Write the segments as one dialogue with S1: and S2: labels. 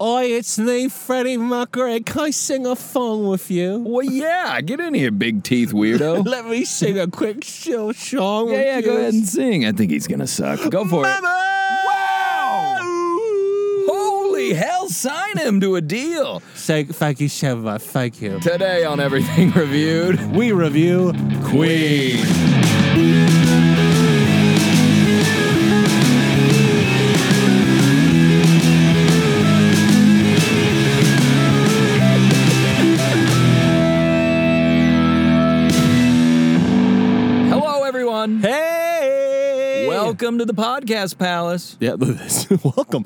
S1: Oi, it's me, Freddie Mercury. Can I sing a song with you?
S2: Well, yeah, get in here, big teeth weirdo.
S1: Let me sing a quick chill song
S2: yeah,
S1: with
S2: yeah,
S1: you.
S2: go ahead and sing. I think he's gonna suck. Go for it. Wow! Holy hell! Sign him to a deal
S1: Thank, thank you so much. Thank you.
S2: today on Everything Reviewed.
S1: We review
S2: Queen. Hello, everyone.
S1: Hey!
S2: Welcome to the podcast palace.
S1: Yeah, welcome.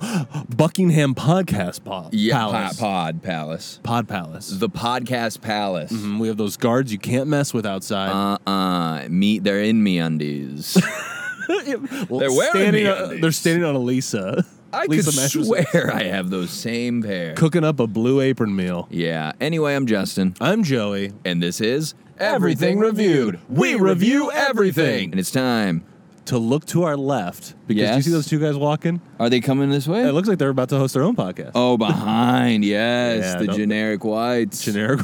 S1: Buckingham Podcast Pod. Palace.
S2: pod palace. Mm-hmm.
S1: Pod Palace.
S2: The podcast palace.
S1: Mm, we have those guards you can't mess with outside.
S2: Uh uh. Me, they're in me undies.
S1: Well,
S2: they're wearing
S1: standing
S2: the
S1: on,
S2: undies.
S1: They're standing on a Lisa.
S2: I
S1: Lisa
S2: could
S1: Masterson.
S2: swear I have those same pair.
S1: Cooking up a blue apron meal.
S2: Yeah. Anyway, I'm Justin,
S1: I'm Joey.
S2: and this is
S1: Everything Reviewed. We review everything.
S2: and it's time.
S1: To look to our left because do you
S2: Yes.
S1: see those two guys walking?
S2: Are they coming this way?
S1: It looks like they're about to host their own podcast.
S2: oh, behind. Yes,
S1: Yeah,
S2: the
S1: don't-
S2: generic whites.
S1: Generic.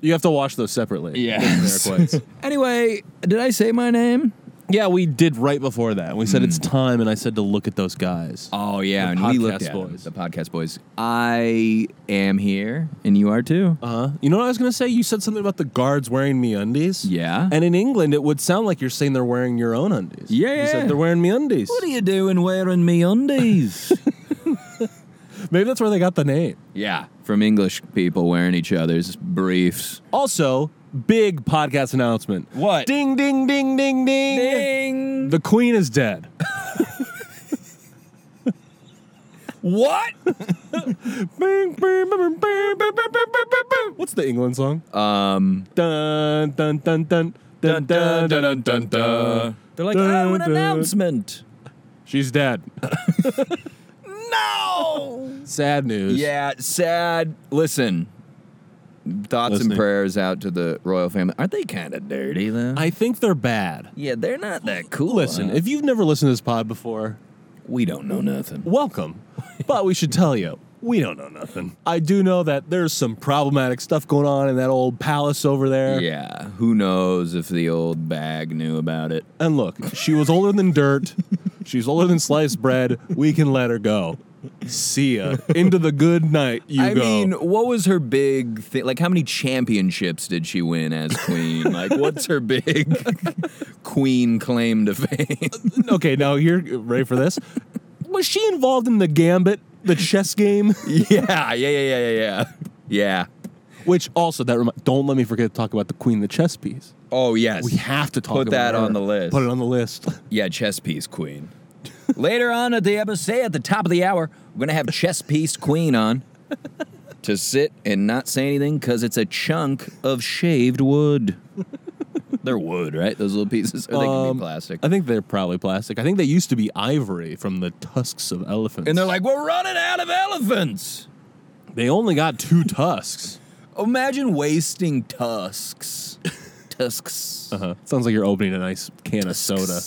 S1: you have to watch those separately. the
S2: Yes.
S1: generic ones.
S2: Anyway, did I say my name?
S1: yeah, we did right before that. We said it's
S2: Mm.
S1: time, and I said to look at those guys.
S2: Oh yeah,
S1: The
S2: and we looked
S1: Podcast
S2: at 'em,
S1: Boys.
S2: the podcast boys. I am here, and you are too.
S1: Uh huh. You know what I was gonna say? You said something about the guards wearing me undies.
S2: Yeah.
S1: And in England, it would sound like you're saying they're wearing your own undies.
S2: Yeah,
S1: You
S2: yeah.
S1: said they're wearing me undies.
S2: what are you doing wearing me undies?
S1: Maybe that's where they got the name.
S2: yeah, from English people wearing each other's briefs.
S1: Also, big podcast announcement.
S2: What?
S1: Ding, ding, ding, ding, ding.
S2: Ding.
S1: The queen is dead.
S2: What?
S1: Bing, bing, bing, bing, bing, bing, bing, bing, bing, bing. What's the England song?
S2: Um.
S1: Dun, dun, dun, dun. Dun, dun, dun, dun, dun, dun.
S2: They're like,
S1: Dun,
S2: oh, an
S1: dun.
S2: announcement.
S1: She's dead.
S2: No.
S1: Sad news.
S2: yeah, sad. Listen, thoughts
S1: Listening.
S2: and prayers out to the royal family. Aren't they kind of dirty though?
S1: I think they're bad.
S2: yeah, they're not that cool.
S1: Listen,
S2: huh?
S1: if you've never listened to this pod before,
S2: we don't know nothing.
S1: welcome. but we should tell you, we don't know nothing. I do know that there's some problematic stuff going on in that old palace over there.
S2: Yeah, who knows if the old bag knew about it?
S1: And look, she was older than dirt. She's older than sliced bread. We can let her go. See ya. Into the good night you
S2: I
S1: go.
S2: mean, what was her big thing? Like, how many championships did she win as queen? like, what's her big queen claim to fame?
S1: okay, now you're ready for this. Was she involved in the gambit, the chess game?
S2: yeah, yeah, yeah, yeah, yeah, yeah. Yeah.
S1: Which also that remi- don't let me forget to talk about the queen, the chess piece.
S2: Oh yes.
S1: We have to talk.
S2: Put
S1: about
S2: that
S1: her.
S2: on the list.
S1: Put it on the list.
S2: Yeah, chess piece queen. Later on uh, at the episode, at the top of the hour, we're gonna have chess piece queen on to sit and not say anything because it's a chunk of shaved wood. They're wood, right? Those little pieces, or they can
S1: Um,
S2: be plastic.
S1: I think they're probably plastic. I think they used to be ivory from the tusks of elephants.
S2: And they're like, we're running out of elephants.
S1: they only got two tusks.
S2: Imagine wasting tusks. Tusks.
S1: Uh-huh. Sounds like you're opening a nice can of soda.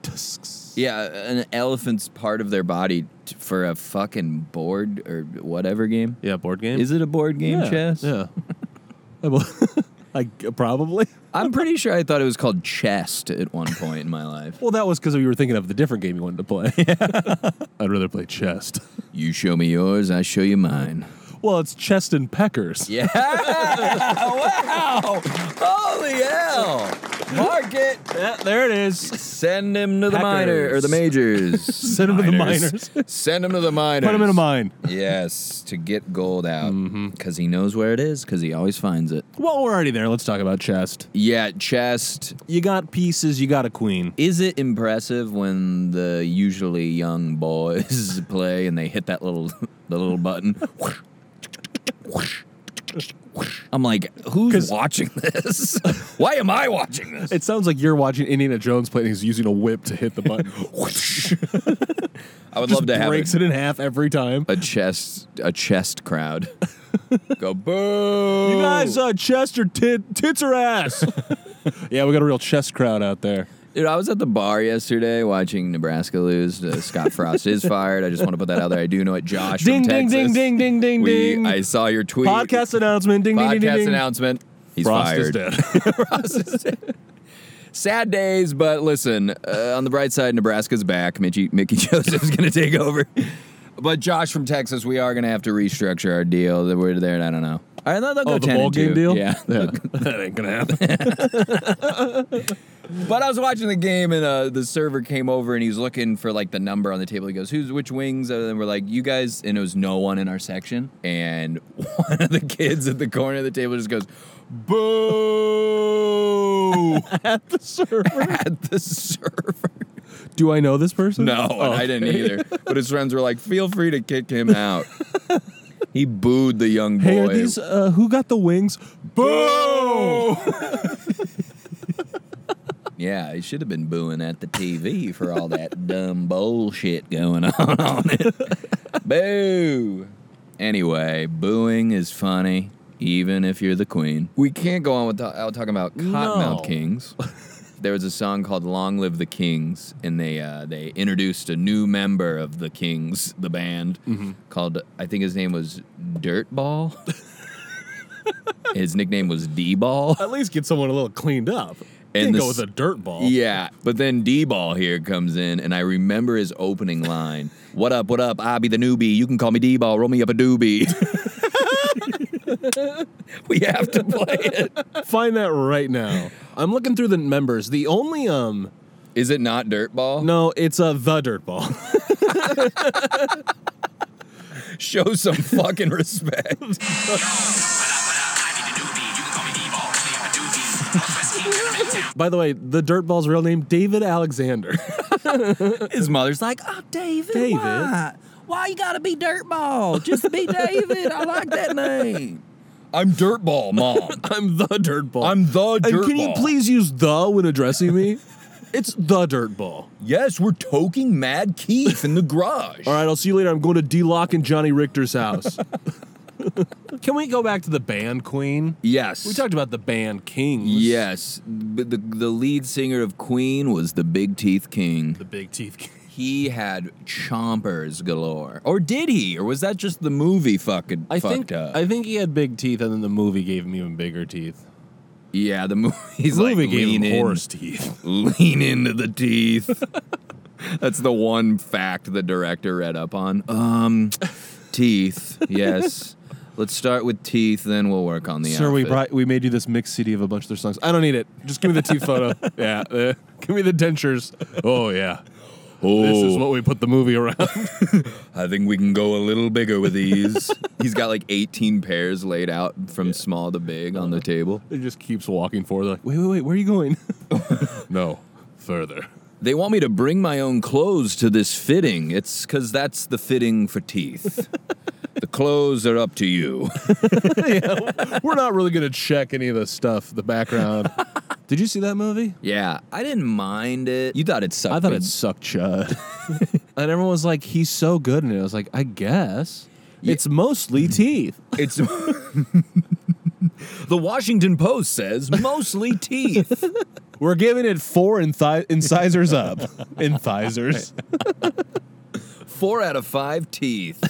S1: Tusks.
S2: Yeah, an elephant's part of their body t- for a fucking board or whatever game.
S1: Yeah, board game.
S2: Is it a board game,
S1: yeah.
S2: chess?
S1: Yeah. I bel- like probably.
S2: I'm pretty sure I thought it was called chest at one point in my life.
S1: Well, that was because we were thinking of the different game you wanted to play. I'd rather play chest.
S2: You show me yours, I show you mine.
S1: Well, it's chest and peckers.
S2: Yeah! wow! Holy hell! Mark it!
S1: there it is.
S2: Send him to the minor or the majors. Send
S1: him to the minors.
S2: Send him to the minors.
S1: Put him in a mine. Mm-hmm.
S2: Yes, to get gold out because he knows where it is because he always finds it.
S1: Well, we're already there. Let's talk about chest.
S2: Yeah, chest.
S1: You got pieces. You got a queen.
S2: Is it impressive when the usually young boys play and they hit that little the little button? I'm like, who's
S1: 'Cause-
S2: watching this? Why am I watching this?
S1: It sounds like you're watching Indiana Jones play. And he's using a whip to hit the button.
S2: I would
S1: Just
S2: love to have
S1: breaks
S2: a,
S1: it in half every time.
S2: a chest a chest crowd. Go boo!
S1: uh,
S2: oh.
S1: You guys, uh, chest or tit, tits or ass? yeah, we got a real chest crowd out there.
S2: Dude, I was at the bar yesterday watching Nebraska lose. to Scott Frost is fired. I just want to put that out there. I do know it, Josh.
S1: Ding,
S2: from
S1: ding,
S2: Texas.
S1: ding, ding, ding, ding,
S2: We-
S1: ding.
S2: I saw your tweet.
S1: Podcast announcement. Ding, ding, ding, ding,
S2: Podcast
S1: ding.
S2: announcement. He's
S1: Frost
S2: fired.
S1: is dead.
S2: Frost is dead. Sad days, but listen. Uh, on the bright side, Nebraska's back. Mickey, Mickey Joseph's going to take over. But Josh from Texas, we are going to have to restructure our deal. That We're there. I don't know. I know they'll go
S1: Oh, the
S2: 10 and
S1: bowl game
S2: two.
S1: deal?
S2: Yeah,
S1: that ain't gonna happen.
S2: But I was watching the game and uh, the server came over and he's looking for like the number on the table. He goes, "Who's which wings?" And we're like, "You guys." And it was no one in our section. And one of the kids at the corner of the table just goes, "Boo!"
S1: At the server.
S2: at the server.
S1: Do I know this person?
S2: No,
S1: Oh,
S2: and I didn't either. But his friends were like, "Feel free to kick him out." he booed the young boy.
S1: Hey, are these uh, who got the wings? Boo!
S2: Yeah, he should have been booing at the TV for all that dumb bullshit going on on it. Boo. Anyway, booing is funny, even if you're the queen. We can't go on without talking about Cottonmouth
S1: No.
S2: Kings. There was a song called "Long Live the Kings," and they uh, they introduced a new member of the Kings, the band, called I think his name was Dirtball. his nickname was D Ball.
S1: At least get someone a little cleaned up.
S2: And
S1: Can't
S2: the
S1: go
S2: s-
S1: with a dirt ball.
S2: Yeah, but then D Ball here comes in, and I remember his opening line: "What up? What up? I be the newbie. You can call me D Ball. Roll me up a doobie." we have to play it.
S1: Find that right now. I'm looking through the members. The only um
S2: Is it not Dirt Ball?
S1: no, it's uh, the dirt ball.
S2: Show some fucking respect.
S1: By the way, the dirt ball's real name David Alexander.
S2: His mother's like, "Oh, David,
S1: David?
S2: why? Why you gotta be Dirt Ball? Just be David. I like that name." I'm Dirt Ball, mom.
S1: I'm the dirt ball.
S2: I'm the Dirt
S1: and can you
S2: Ball.
S1: please use the when addressing me? it's the dirt ball.
S2: Yes, we're toking Mad Keith in the garage.
S1: All right, I'll see you later. I'm going to D Lock and Johnny Richter's house. Can we go back to the band queen?
S2: Yes.
S1: We talked about the band Kings.
S2: Yes, but the the lead singer of Queen was the Big Teeth King.
S1: The big teeth. King.
S2: He had chompers galore, or did he? Or was that just the movie fucking
S1: I
S2: fucked
S1: think
S2: up?
S1: I think he had big teeth, and then the movie gave him even bigger teeth.
S2: yeah, the movie's
S1: The movie
S2: like
S1: gave
S2: lean
S1: him
S2: in,
S1: horse teeth.
S2: lean into the teeth. That's the one fact the director read up on. Um, teeth. Yes, let's start with teeth, then we'll work on the.
S1: Sir, we
S2: outfit.
S1: brought we made you this mix CD of a bunch of their songs. I don't need it. Just give me the teeth photo. Yeah, uh, give me the dentures. Oh yeah,
S2: Oh,
S1: this is what we put the movie around.
S2: I think we can go a little bigger with these. He's got like 18 pairs laid out from small to big on the table.
S1: it just keeps walking forward. They're like, wait, wait, wait, where are you going? no, further.
S2: They want me to bring my own clothes to this fitting. It's because that's the fitting for teeth. the clothes are up to you.
S1: We're not really gonna check any of the stuff, the background. Did you see that movie?
S2: Yeah, I didn't mind it. You thought it sucked.
S1: I thought
S2: but
S1: it sucked, Chud. and everyone was like, "He's so good," and it I was like, "I guess." It's mostly teeth.
S2: It's. the Washington Post says mostly teeth.
S1: We're giving it four inci- incisors up. incisors.
S2: Four out of five teeth.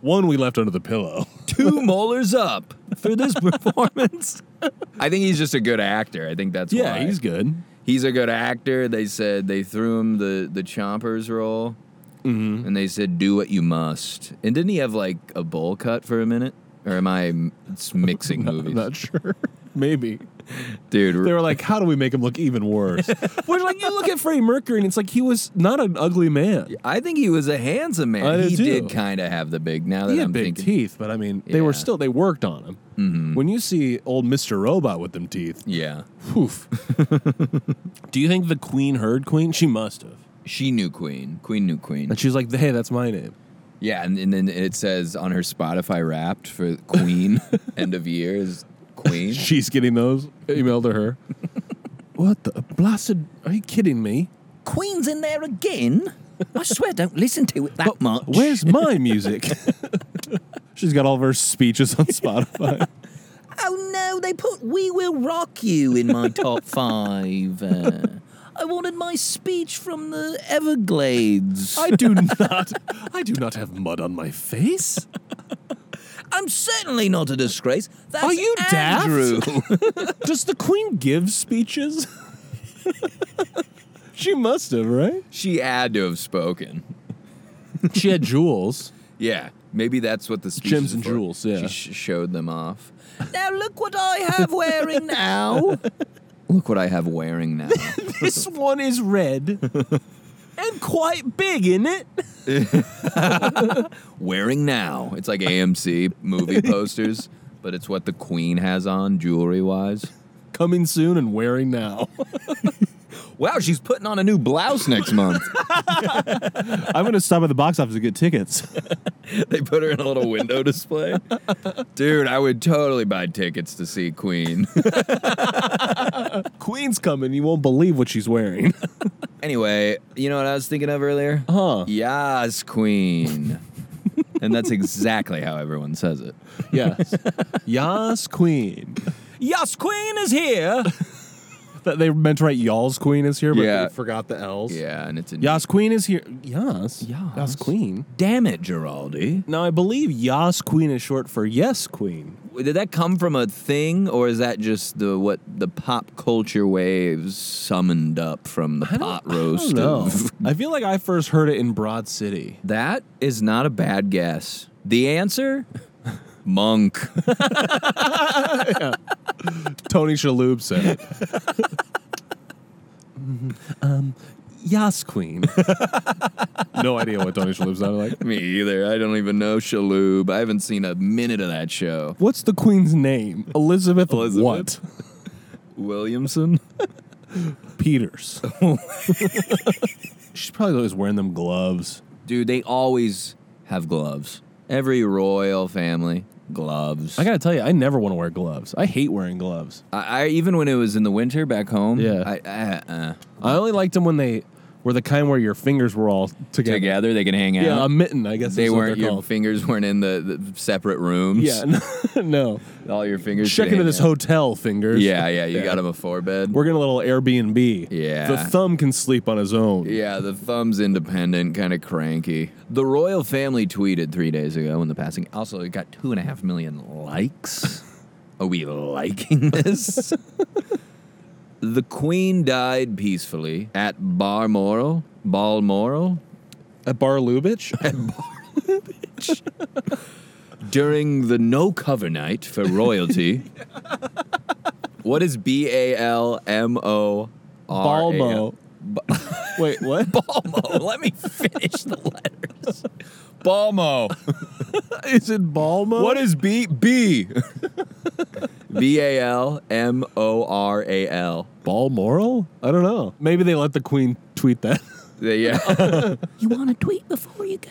S1: One we left under the pillow.
S2: Two molars up.
S1: For this performance.
S2: I think he's just a good actor. I think that's
S1: Yeah,
S2: why.
S1: he's good.
S2: he's a good actor. They said they threw him the the Chompers role,
S1: Mm-hmm.
S2: and they said do what you must. And didn't he have like a bowl cut for a minute? Or am I m- it's mixing movies,
S1: I'm not sure. Maybe.
S2: dude?
S1: They were like, how do we make him look even worse? We're like, you look at Freddie Mercury and it's like he was not an ugly man.
S2: I think he was a handsome man.
S1: I do
S2: he did
S1: too.
S2: kind of have the big. Now that
S1: He had
S2: I'm
S1: big
S2: thinking,
S1: teeth, but I mean, they
S2: Yeah.
S1: were still, they worked on him. When you see old Mr. Robot with them teeth,
S2: yeah,
S1: poof. do you think the queen heard Queen? She must have.
S2: she knew Queen. Queen knew Queen.
S1: And she's like, hey, that's my name.
S2: Yeah, and, and then it says on her Spotify Wrapped for Queen end of year is Queen.
S1: She's getting those emailed to her. what the blasted? Are you kidding me?
S2: Queen's in there again. I swear, don't listen to it that much.
S1: Where's my music? She's got all of her speeches on Spotify.
S2: Oh no, no, they put "We Will Rock You" in my top five. Uh, I wanted my speech from the Everglades.
S1: I do not. I do not have mud on my face.
S2: I'm certainly not a disgrace. That's
S1: Are you daft?
S2: Andrew.
S1: Does the Queen give speeches? she must have, right?
S2: She had to have spoken.
S1: She had jewels.
S2: Yeah, maybe that's what the speech
S1: Gems
S2: is
S1: and
S2: for.
S1: jewels, yeah.
S2: she sh- showed them off. now look what I have wearing now. look what I have wearing now.
S1: This one is red and quite big, isn't it?
S2: wearing now. It's like AMC movie posters, but it's what the Queen has on jewelry wise.
S1: Coming soon and wearing now.
S2: Wow, she's putting on a new blouse next month.
S3: I'm going to stop at the box office to get tickets.
S2: they put her in a little window display. Dude, I would totally buy tickets to see Queen.
S1: Queen's coming. You won't believe what she's wearing.
S2: anyway, you know what I was thinking of earlier?
S1: Huh.
S2: Yas, Queen. and that's exactly how everyone says it.
S1: Yes. Yas Queen.
S2: Yas, Queen is here.
S1: That they meant to write Y'all's Queen is here, but
S2: Yeah.
S1: they forgot the L's.
S2: Yeah, and it's in.
S1: Yas Queen is here. Yas.
S2: Yas.
S1: Yas Queen.
S2: Damn it, Giraldi.
S1: Now I believe Yas Queen is short for Yes Queen.
S2: Did that come from a thing, or is that just the what the pop culture waves summoned up from the pot roast?
S1: No.
S2: Of
S1: I feel like I first heard it in Broad City.
S2: that is not a bad guess. The answer, monk.
S1: Tony Shalhoub said it. um, Mm-hmm. Yas Queen. no idea what Tony Shalhoub sounded like.
S2: Me either. I don't even know Shaloub. I haven't seen a minute of that show.
S1: What's the Queen's name? Elizabeth,
S2: Elizabeth.
S1: what?
S2: Williamson.
S1: Peters. She's probably always wearing them gloves.
S2: Dude, they always have gloves. Every royal family, gloves.
S1: I gotta tell you, I never want to wear gloves. I hate wearing gloves.
S2: I, I even when it was in the winter back home.
S1: Yeah.
S2: I, I, uh,
S1: I only liked them when they were the kind where your fingers were all together.
S2: together they can hang out.
S1: Yeah, a mitten. I guess
S2: they
S1: is what
S2: weren't
S1: they're
S2: your
S1: called.
S2: fingers weren't in the, the separate rooms.
S1: Yeah, no. no.
S2: all your fingers.
S1: Check
S2: could
S1: into
S2: hang
S1: this
S2: out.
S1: hotel fingers.
S2: Yeah, yeah, you got 'em got him a four bed.
S1: We're getting a little Airbnb.
S2: Yeah.
S1: The thumb can sleep on his own.
S2: yeah, the thumb's independent, kind of cranky. The royal family tweeted three days ago in the passing. Also, it got two and a half million likes. Are we liking this? the queen died peacefully at Barmoral, Balmoral,
S1: At Bar Lubitsch?
S2: during the no cover night for royalty. what is B A L M O R? A L?
S1: Balmo. Wait, what?
S2: Balmo. Let me finish the letters. Balmo.
S1: Is it Balmo?
S2: What is B B? B A L M O R A L.
S1: Balmoral? I don't know. Maybe they let the queen tweet that.
S2: Yeah.
S4: You want to tweet before you go?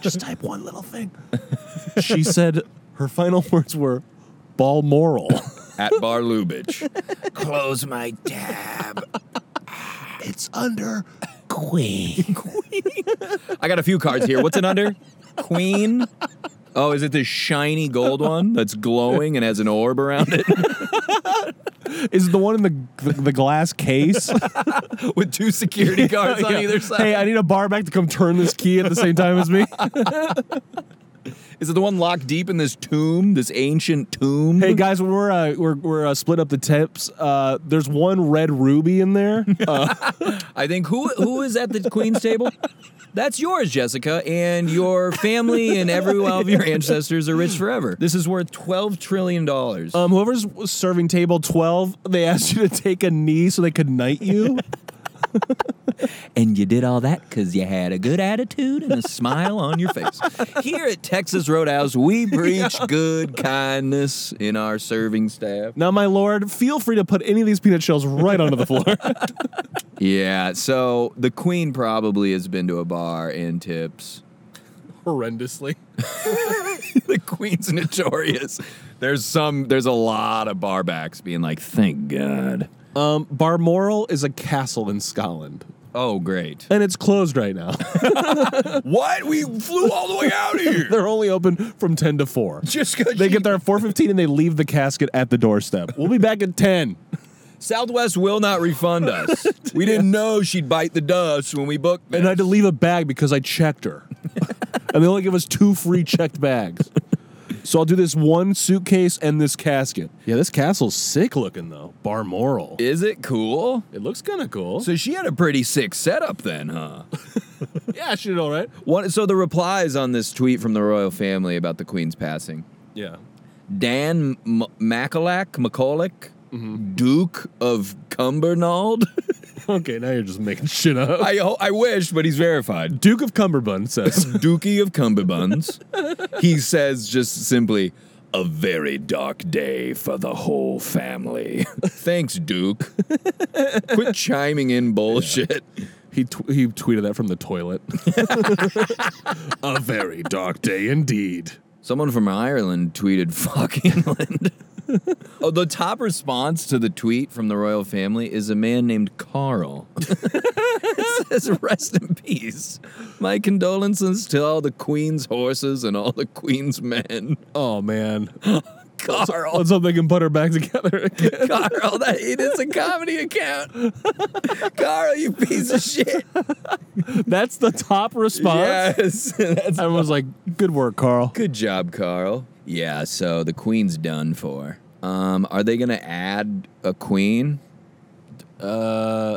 S1: Just type one little thing. she said her final words were Balmoral.
S2: At Bar Lubitsch. Close my tab.
S1: it's under Queen.
S2: I got a few cards here. What's it under? Queen. Oh, is it this shiny gold one that's glowing and has an orb around it
S1: Is it the one in the the, the glass case?
S2: with two security guards on
S1: Yeah.
S2: either side?
S1: Hey, I need a bar back to come turn this key at the same time as me.
S2: is it the one locked deep in this tomb, this ancient tomb?
S1: hey guys, when we're uh, we're, we're uh, split up the tips, uh, there's one red ruby in there. Uh,
S2: I think who who is at the queen's table? That's yours, Jessica, and your family and every one of your ancestors are rich forever. This is worth twelve trillion dollars.
S1: um, whoever's serving table twelve, they asked you to take a knee so they could knight you.
S2: and you did all that because you had a good attitude and a smile on your face. Here at Texas Roadhouse, we preach good kindness in our serving staff.
S1: now, my lord, feel free to put any of these peanut shells right onto the floor.
S2: Yeah, so the queen probably has been to a bar and tips.
S1: Horrendously.
S2: the queen's notorious. There's some. There's a lot of barbacks being like, "Thank God."
S1: Um, Balmoral is a castle in Scotland.
S2: Oh, great.
S1: and it's closed right now.
S2: What? We flew all the way out here.
S1: They're only open from 10 to 4.
S2: Just 'cause
S1: They
S2: you-
S1: get there at 4:15 and they leave the casket at the doorstep. We'll be back at 10.
S2: Southwest will not refund us. We didn't know she'd bite the dust when we booked this.
S1: And I had to leave a bag because I checked her. and they only give us two free checked bags. So I'll do this one suitcase and this casket. Yeah, this castle's sick looking though. Bar moral. It,
S2: Is it cool?
S1: looks kind of cool.
S2: So she had a pretty sick setup then, huh?
S1: yeah, she did all right.
S2: One, so the replies on this tweet from the royal family about the queen's passing.
S1: Yeah.
S2: Dan M- Mackalack, McCulloch, Duke of Cumbernauld.
S1: Okay, now you're just making shit up.
S2: I, ho- I wish, but he's verified.
S1: Duke of Cumberbund says,
S2: Dookie of Cumberbuns. he says just simply, a very dark day for the whole family. Thanks, Duke. Quit chiming in bullshit.
S1: he tw- he tweeted that from the toilet. a very dark day indeed.
S2: Someone from Ireland tweeted, fuck England. oh, the top response to the tweet from the royal family is a man named Carl. it says, rest in peace. My condolences to all the Queen's horses and all the Queen's men.
S1: Oh man.
S2: Carl,
S1: Let's hope they can put her back together again.
S2: Carl, that it is a comedy account. Carl, you piece of shit.
S1: That's the top response.
S2: Yes, that's
S1: Everyone's like, "Good work, Carl."
S2: Good job, Carl. Yeah, so the queen's done for. Um, are they gonna add a queen? Uh,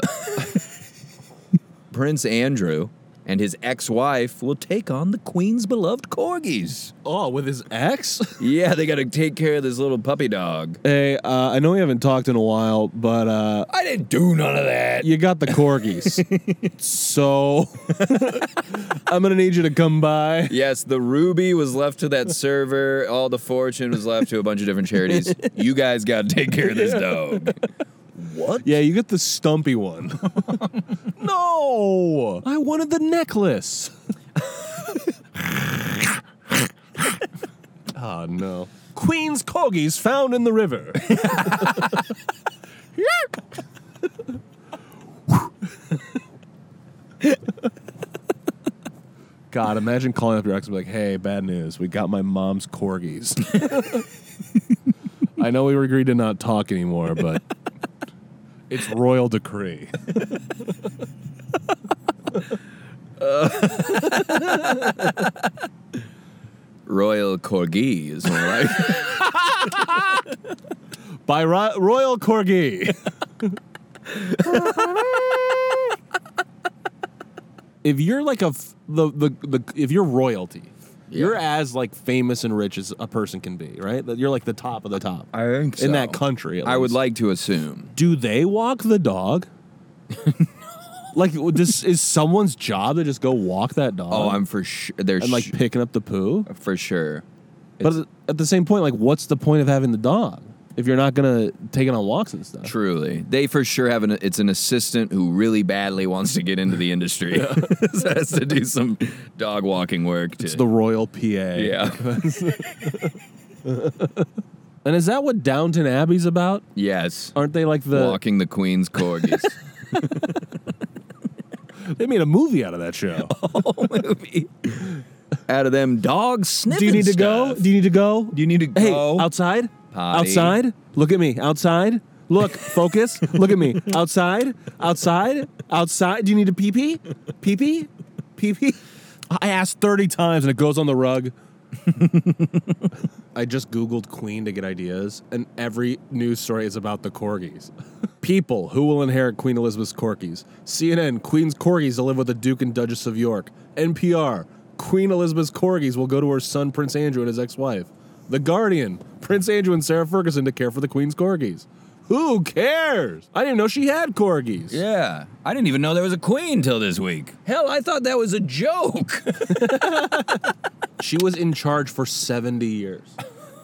S2: Prince Andrew and his ex-wife will take on the queen's beloved corgis.
S1: Oh, with his ex?
S2: Yeah, they gotta take care of this little puppy dog.
S1: hey, uh, I know we haven't talked in a while, but uh,
S2: I didn't do none of that.
S1: you got the corgis, so I'm gonna need you to come by.
S2: Yes, the ruby was left to that server. All the fortune was left to a bunch of different charities. You guys gotta take care of this dog. What?
S1: Yeah, you get the stumpy one. no, I wanted the necklace. oh no. Queen's corgis found in the river. God, imagine calling up your ex and be like, hey, bad news. We got my mom's corgis. I know we were agreed to not talk anymore, but it's royal decree.
S2: Royal corgi is more like.
S1: By ro- Royal Corgi. if you're like a f- the, the the if you're royalty, you're as like famous and rich as a person can be, right? That You're like the top of the top
S2: I think
S1: in that country. at
S2: I would
S1: least.
S2: like to assume.
S1: Do they walk the dog? Like this is someone's job to just go walk that dog
S2: Oh, I'm for sure. They're
S1: and like
S2: sh-
S1: picking up the poo.
S2: for sure.
S1: But at the same point, like, what's the point of having the dog if you're not gonna take it on walks and stuff?
S2: Truly, they for sure have an. It's an assistant who really badly wants to get into the industry, so has to do some dog walking work. To,
S1: It's the Royal PA.
S2: yeah,
S1: And is that what Downton Abbey's about?
S2: yes,
S1: Aren't they like the?
S2: walking the queen's corgis
S1: They made a movie out of that show.
S2: movie. Out of them dogs sniffing.
S1: Do you need to go?
S2: stuff.
S1: Do you need to go? Do
S2: you need to
S1: Hey,
S2: go?
S1: outside.
S2: Potty.
S1: Outside. Look at me. Outside. Look. Focus. Look at me. Outside. Outside. Outside. Do you need to pee pee? Pee pee. Pee pee. I asked thirty times and it goes on the rug. I just Googled Queen to get ideas, and every news story is about the corgis. People who will inherit Queen Elizabeth's corgis. CNN, Queen's corgis to live with the Duke and Duchess of York. NPR, Queen Elizabeth's corgis will go to her son, Prince Andrew, and his ex wife. The Guardian, Prince Andrew and Sarah Ferguson to care for the Queen's corgis. Who cares? I didn't even know she had corgis.
S2: Yeah, I didn't even know there was a queen till this week. Hell, I thought that was a joke.
S1: She was in charge for 70 years.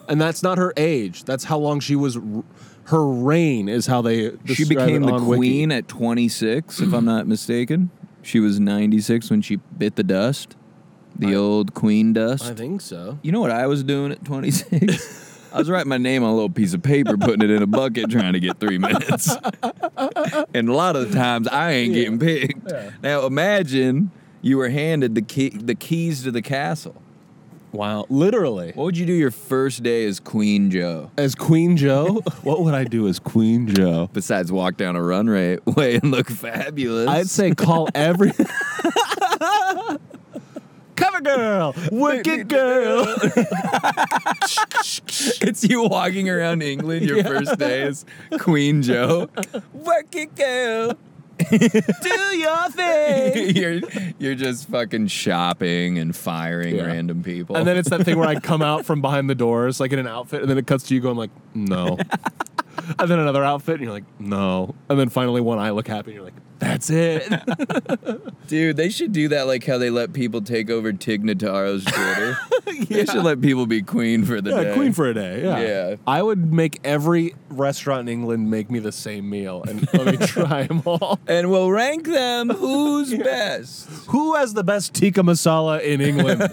S1: And that's not her age. That's how long she was. r- Her reign is how they.
S2: she
S1: describe it
S2: became the
S1: on Wiki.
S2: queen at 26 if i'm not mistaken she was 96 when she bit the dust the old queen dust
S1: I think so.
S2: you know what i was doing at 26 I was writing my name on a little piece of paper, putting it in a bucket, trying to get three minutes. and a lot of the times, I ain't getting picked. Now imagine you were handed the key, the keys to the castle.
S1: Wow, literally.
S2: What would you do your first day as Queen Joe?
S1: As Queen Joe,
S3: What would I do as Queen Joe?
S2: Besides walk down a runway way and look fabulous.
S1: I'd say call every cover girl, wicked girl.
S2: It's you walking around England your first day as Queen Joe. Work it, girl.
S1: Do your thing.
S2: you're you're just fucking shopping and firing
S1: Yeah.
S2: random people.
S1: And then it's that thing where I come out from behind the doors, like in an outfit, and then it cuts to you going like, no. and then another outfit, and you're like, no. And then finally one I look happy, and you're like, that's it.
S2: dude, they should do that like how they let people take over Tig Notaro's Twitter. They should let people be queen for the
S1: Yeah,
S2: day.
S1: queen for a day. Yeah.
S2: Yeah.
S1: I would make every restaurant in England make me the same meal and let me try them all.
S2: and we'll rank them who's best.
S1: Who has the best tikka masala in England?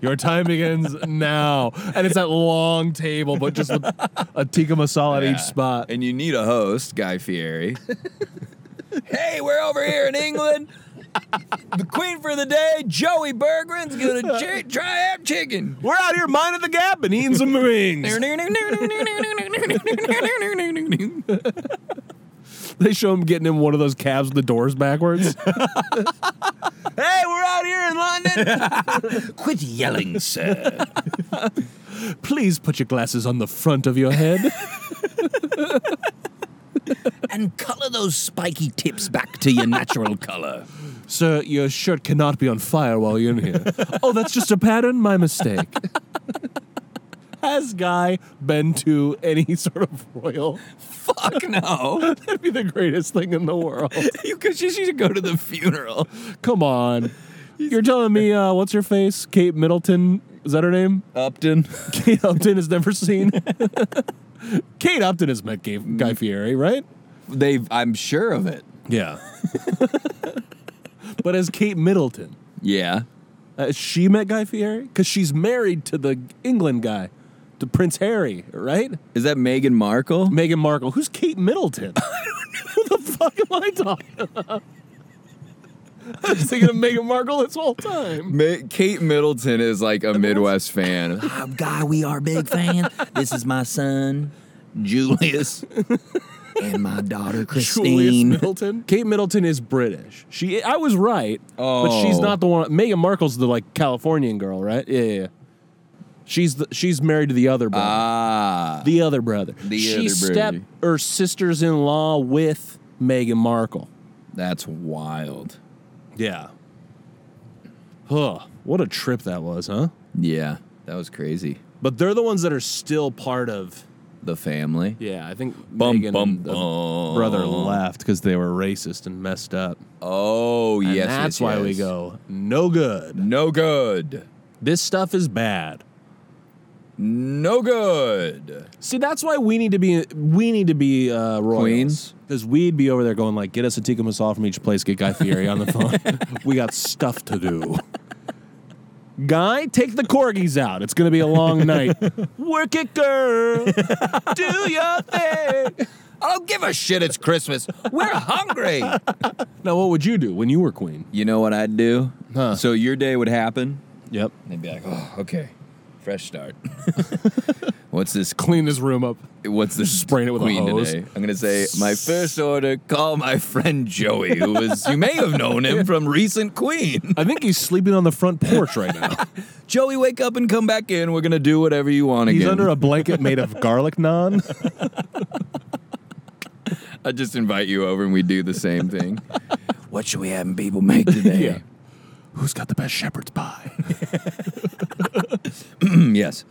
S1: Your time begins now. And it's that long table, but just with a tikka masala at
S2: Yeah.
S1: each spot.
S2: And you need a host, Guy Fieri. hey, we're over here in England. The queen for the day, Joey Bergren's gonna ch- try out chicken.
S1: We're out here minding the gap and eating some wings. They show him getting in one of those cabs with the doors backwards.
S2: Hey, we're out here in London. Quit yelling, sir.
S1: Please put your glasses on the front of your head.
S2: And color those spiky tips back to your natural color.
S1: Sir, your shirt cannot be on fire while you're in here. oh, that's just a pattern? My mistake. Has Guy been to any sort of royal?
S2: Fuck no.
S1: That'd be the greatest thing in the world.
S2: You could just you should go to the funeral.
S1: Come on. You're telling me, uh, what's her face? Kate Middleton? Is that her name?
S2: Upton.
S1: Kate Upton is never seen. Kate Upton has met Gay- Guy Fieri, right?
S2: They I'm sure of it.
S1: Yeah. but as Kate Middleton,
S2: Yeah.
S1: uh, she met Guy Fieri? Because she's married to the England guy, to Prince Harry, right?
S2: Is that Meghan Markle?
S1: Meghan Markle. Who's Kate Middleton? Who the fuck am I talking about? I was thinking of Meghan Markle this whole time.
S2: Ma- Kate Middleton is like a Midwest fan. Oh, God, we are big fans. This is my son, Julius, and my daughter,
S1: Julius Middleton. Kate Middleton is British. She, I was right, but she's
S2: Oh.
S1: not the one. Meghan Markle's the like Californian girl, right? Yeah, yeah. yeah. She's the, she's married to the other brother.
S2: Ah.
S1: the other brother.
S2: The
S1: she
S2: other
S1: step
S2: brother.
S1: or sisters in law with Meghan Markle.
S2: That's wild.
S1: Yeah. Huh. What a trip that was, huh?
S2: Yeah, that was crazy.
S1: But they're the ones that are still part of.
S2: The family.
S1: Yeah, I think
S2: Bum,
S1: Meghan
S2: bum,
S1: and the
S2: bum.
S1: brother left because they were racist and messed up.
S2: Oh,
S1: And
S2: yes.
S1: that's
S2: yes,
S1: why we
S2: yes.
S1: go no good.
S2: No good.
S1: This stuff is bad.
S2: No good.
S1: See, that's why we need to be we need to be uh, royals.
S2: Queens?
S1: Because we'd be over there going like, get us a tikka masala from each place. Get Guy Fieri on the phone. we got stuff to do. Guy, take the corgis out. It's gonna be a long night. Work it, girl. do your thing.
S2: I don't give a shit. It's Christmas. We're hungry.
S1: Now, what would you do when you were queen?
S2: You know what I'd do?
S1: Huh.
S2: So your day would happen.
S1: Yep.
S2: They'd be like, "Oh, okay, fresh start." what's this?
S1: Clean this room up.
S2: What's this?
S1: Spraying it with a
S2: queen
S1: hose.
S2: today? I'm gonna say my first order. Call my friend Joey, who is you may have known him from recent Queen.
S1: I think he's sleeping on the front porch right now.
S2: Joey, wake up and come back in. We're gonna do whatever you want
S1: he's
S2: again.
S1: under a blanket made of garlic naan.
S2: I just invite you over and we do the same thing. what should we have people make today?
S1: Yeah. Who's got the best shepherd's pie?
S2: Mm, yes.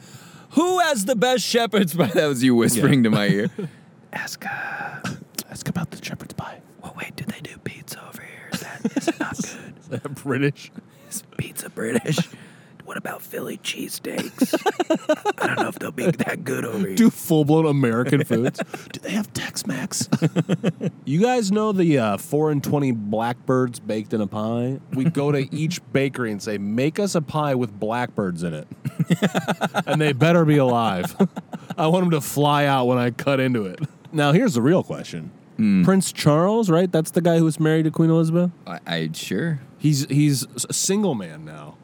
S2: Who has the best shepherd's pie? That was you whispering to my ear. Ask uh,
S1: Ask about the shepherd's pie.
S2: What way do they do pizza over here? Is that is it not good?
S1: British.
S2: Is pizza British?
S5: what about Philly cheesesteaks? I don't know if they'll be that good over here.
S1: Do full blown American foods? Do they have Tex Mex? you guys know the uh, four and twenty blackbirds baked in a pie? We go to each bakery and say, "Make us a pie with blackbirds in it," and they better be alive. I want them to fly out when I cut into it. Hmm. Now, here's the real question: Prince Charles, right? That's the guy who was married to Queen Elizabeth.
S2: I, I sure.
S1: He's he's a single man now.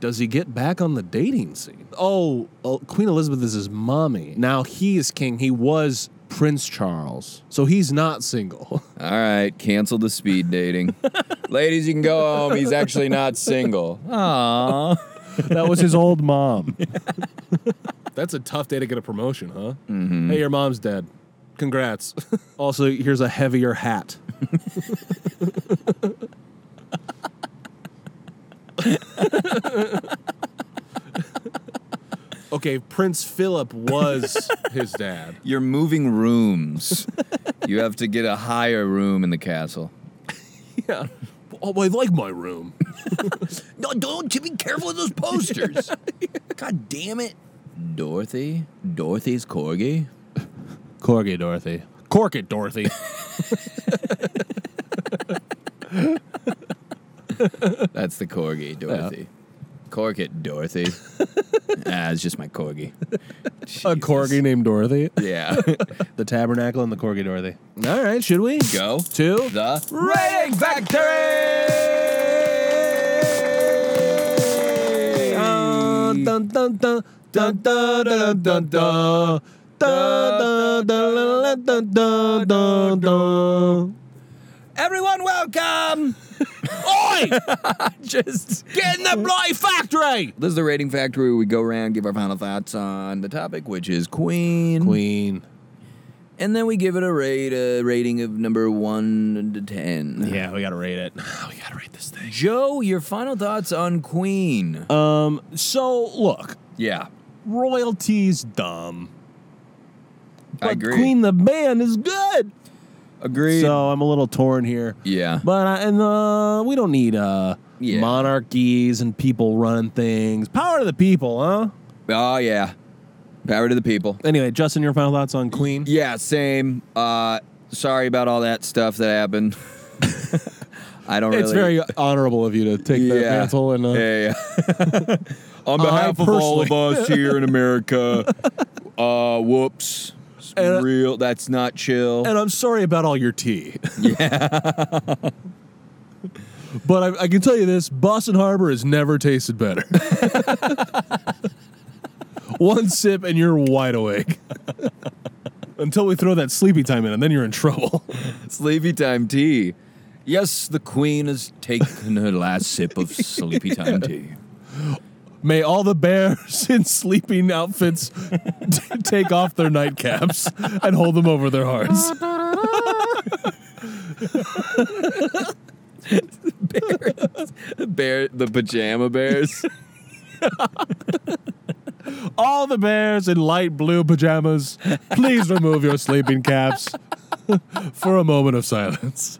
S1: Does he get back on the dating scene? Oh, well, Queen Elizabeth is his mommy. Now he is king. He was Prince Charles, so he's not single.
S2: All right, cancel the speed dating. Ladies, you can go home. He's actually not single. Aww.
S3: That was his old mom.
S1: That's a tough day to get a promotion, huh? Hey, your mom's dead. Congrats. also, here's a heavier hat. okay, Prince Philip was his dad.
S2: You're moving rooms. you have to get a higher room in the castle.
S1: Yeah. Oh, I like my room.
S2: No, don't you be careful with those posters. God damn it. Dorothy? Dorothy's corgi?
S1: Corgi Dorothy. Cork it, Dorothy.
S2: That's the corgi, Dorothy. Cork it, Dorothy. ah, it's just my corgi.
S1: a corgi named Dorothy.
S2: Yeah.
S1: The tabernacle and the corgi Dorothy. All right, should we?
S2: Go
S1: Two.
S2: the rating factory.
S1: Dun, dun, dun, dun, dun, dun, dun, dun, dun. Dun, dun, dun, dun, dun, dun, dun.
S2: Everyone, welcome.
S1: Oi!
S2: just
S1: Get in the bloody factory!
S2: this is the rating factory. Where we go around, give our final thoughts on the topic, which is Queen.
S1: Queen.
S2: and then we give it a rate, a rating of number one to ten.
S1: Yeah, we gotta rate it. We gotta rate this thing.
S2: Joe, your final thoughts on Queen?
S1: Um, so look,
S2: yeah,
S1: royalty's dumb. But
S2: I agree.
S1: Queen the band is good.
S2: Agreed.
S1: So I'm a little torn here.
S2: yeah,
S1: But I, and uh, we don't need uh
S2: Yeah.
S1: monarchies and people running things. Power to the people, huh?
S2: oh yeah, power to the people.
S1: Anyway, Justin, your final thoughts on Queen?
S2: Yeah, same. Uh, sorry about all that stuff that happened. I don't
S1: It's
S2: really.
S1: very honorable of you to take the mantle and uh,
S2: yeah, yeah. on behalf of all of us here in America, uh, whoops, It's
S1: And, uh,
S2: real. That's not chill.
S1: and uh, I'm sorry about all your tea. Yeah. but I, I can tell you this: Boston Harbor has never tasted better. One sip and you're wide awake. Until we throw that sleepy time in, and then you're in trouble.
S2: Sleepy time tea. Yes, the queen has taken her last sip of sleepy time tea.
S1: May all the bears in sleeping outfits t- take off their nightcaps and hold them over their hearts.
S2: Bear, the pajama bears.
S1: Uh, All the bears in light blue pajamas, please remove your sleeping caps for a moment of silence.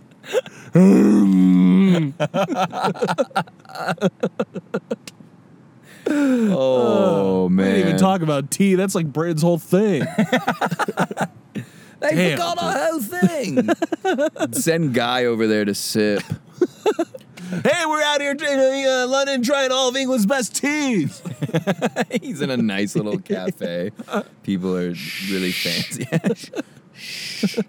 S2: Oh man!
S1: I didn't even talk about tea. That's like Braden's whole thing.
S2: They
S1: Damn,
S2: forgot our whole thing. Send guy over there to sip.
S1: hey, we're out here in uh, London trying all of England's best teas.
S2: He's in a nice little cafe. People are really fancy. Shh.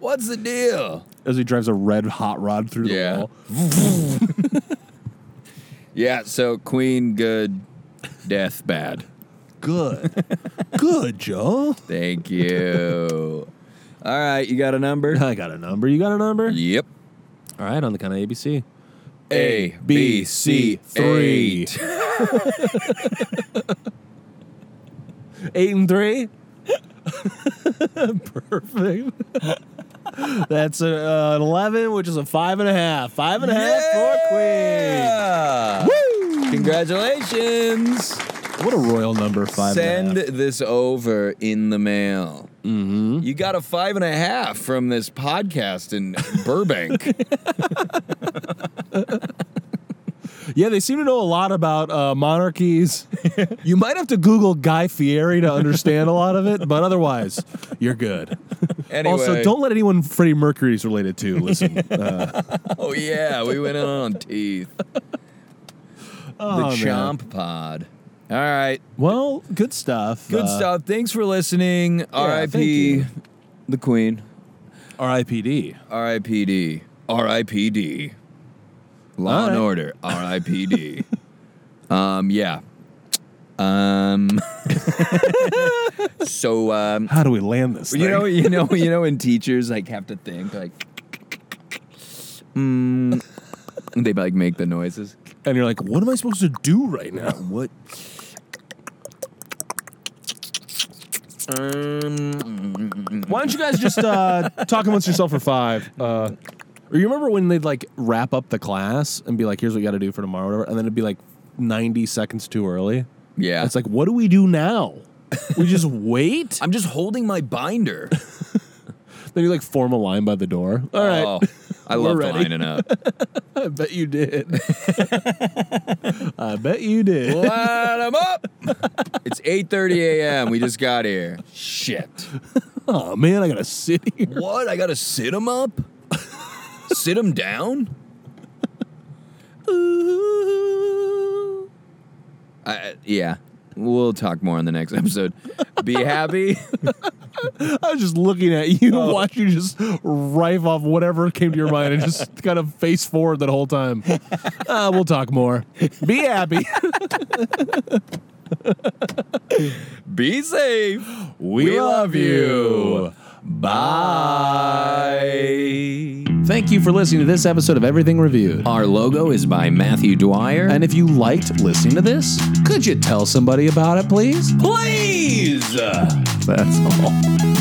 S2: What's the deal?
S1: As he drives a red hot rod through the
S2: Yeah.
S1: wall.
S2: Yeah. So queen good, death bad.
S1: Good. Good, Joe.
S2: Thank you. All right, you got a number?
S1: I got a number. You got a number?
S2: Yep.
S1: All right, on the kind of ABC.
S2: A B C three.
S1: eight. Eight and three. Perfect. That's a, uh, an eleven, which is a five and a half. Five and a half
S2: Yeah. Congratulations.
S1: for Queen. What a royal number, five.
S2: Send this over in the mail. Mm-hmm. You got a five and a half from this podcast in Burbank.
S1: Yeah, they seem to know a lot about uh, monarchies. you might have to Google Guy Fieri to understand a lot of it, but otherwise, you're good.
S2: Anyway,
S1: Also, don't let anyone Freddie Mercury's related to listen. Uh,
S2: Oh yeah, we went in on teeth. the
S1: Oh, man.
S2: Chomp Pod. All right,
S1: well, good stuff.
S2: good
S1: Uh,
S2: stuff. Thanks for listening.
S1: thank
S2: R.I.P.
S1: you.
S2: The Queen.
S1: R.I.P.D.
S2: R.I.P.D. R.I.P.D. Law and
S1: All right.
S2: Order. R.I.P.D. um, yeah. Um. so um,
S1: How do we land this?
S2: you
S1: thing?
S2: know, you know, you know, when teachers like have to think like, mm, and they like make the noises.
S1: and you're like, what am I supposed to do right now? What?
S2: Um,
S1: Why don't you guys just uh, talk amongst yourself for five? Uh, or you remember when they'd like wrap up the class and be like, "Here's what you got to do for tomorrow," whatever, and then it'd be like 90 seconds too early.
S2: yeah,
S1: It's like, what do we do now? We just wait.
S2: I'm just holding my binder.
S1: Then you like form a line by the door. All right,
S2: Oh, I
S1: We're
S2: love
S1: ready.
S2: lining up.
S1: I bet you did. I bet you did.
S2: Line 'em up. It's 8:30 a.m. We just got here. Shit.
S1: Oh man, I gotta sit here.
S2: What? I gotta sit him up? sit him down? I, I- yeah. We'll talk more on the next episode. Be happy.
S1: I was just looking at you, watch you just rife off whatever came to your mind, and just kind of face forward that whole time. Uh, we'll talk more. Be happy.
S2: Be safe.
S1: We,
S2: love you.
S1: Bye. Thank you for listening to this episode of Everything Reviewed.
S2: Our logo is by Matthew Dwyer.
S1: And if you liked listening to this, could you tell somebody about it, please?
S2: please.
S1: That's all.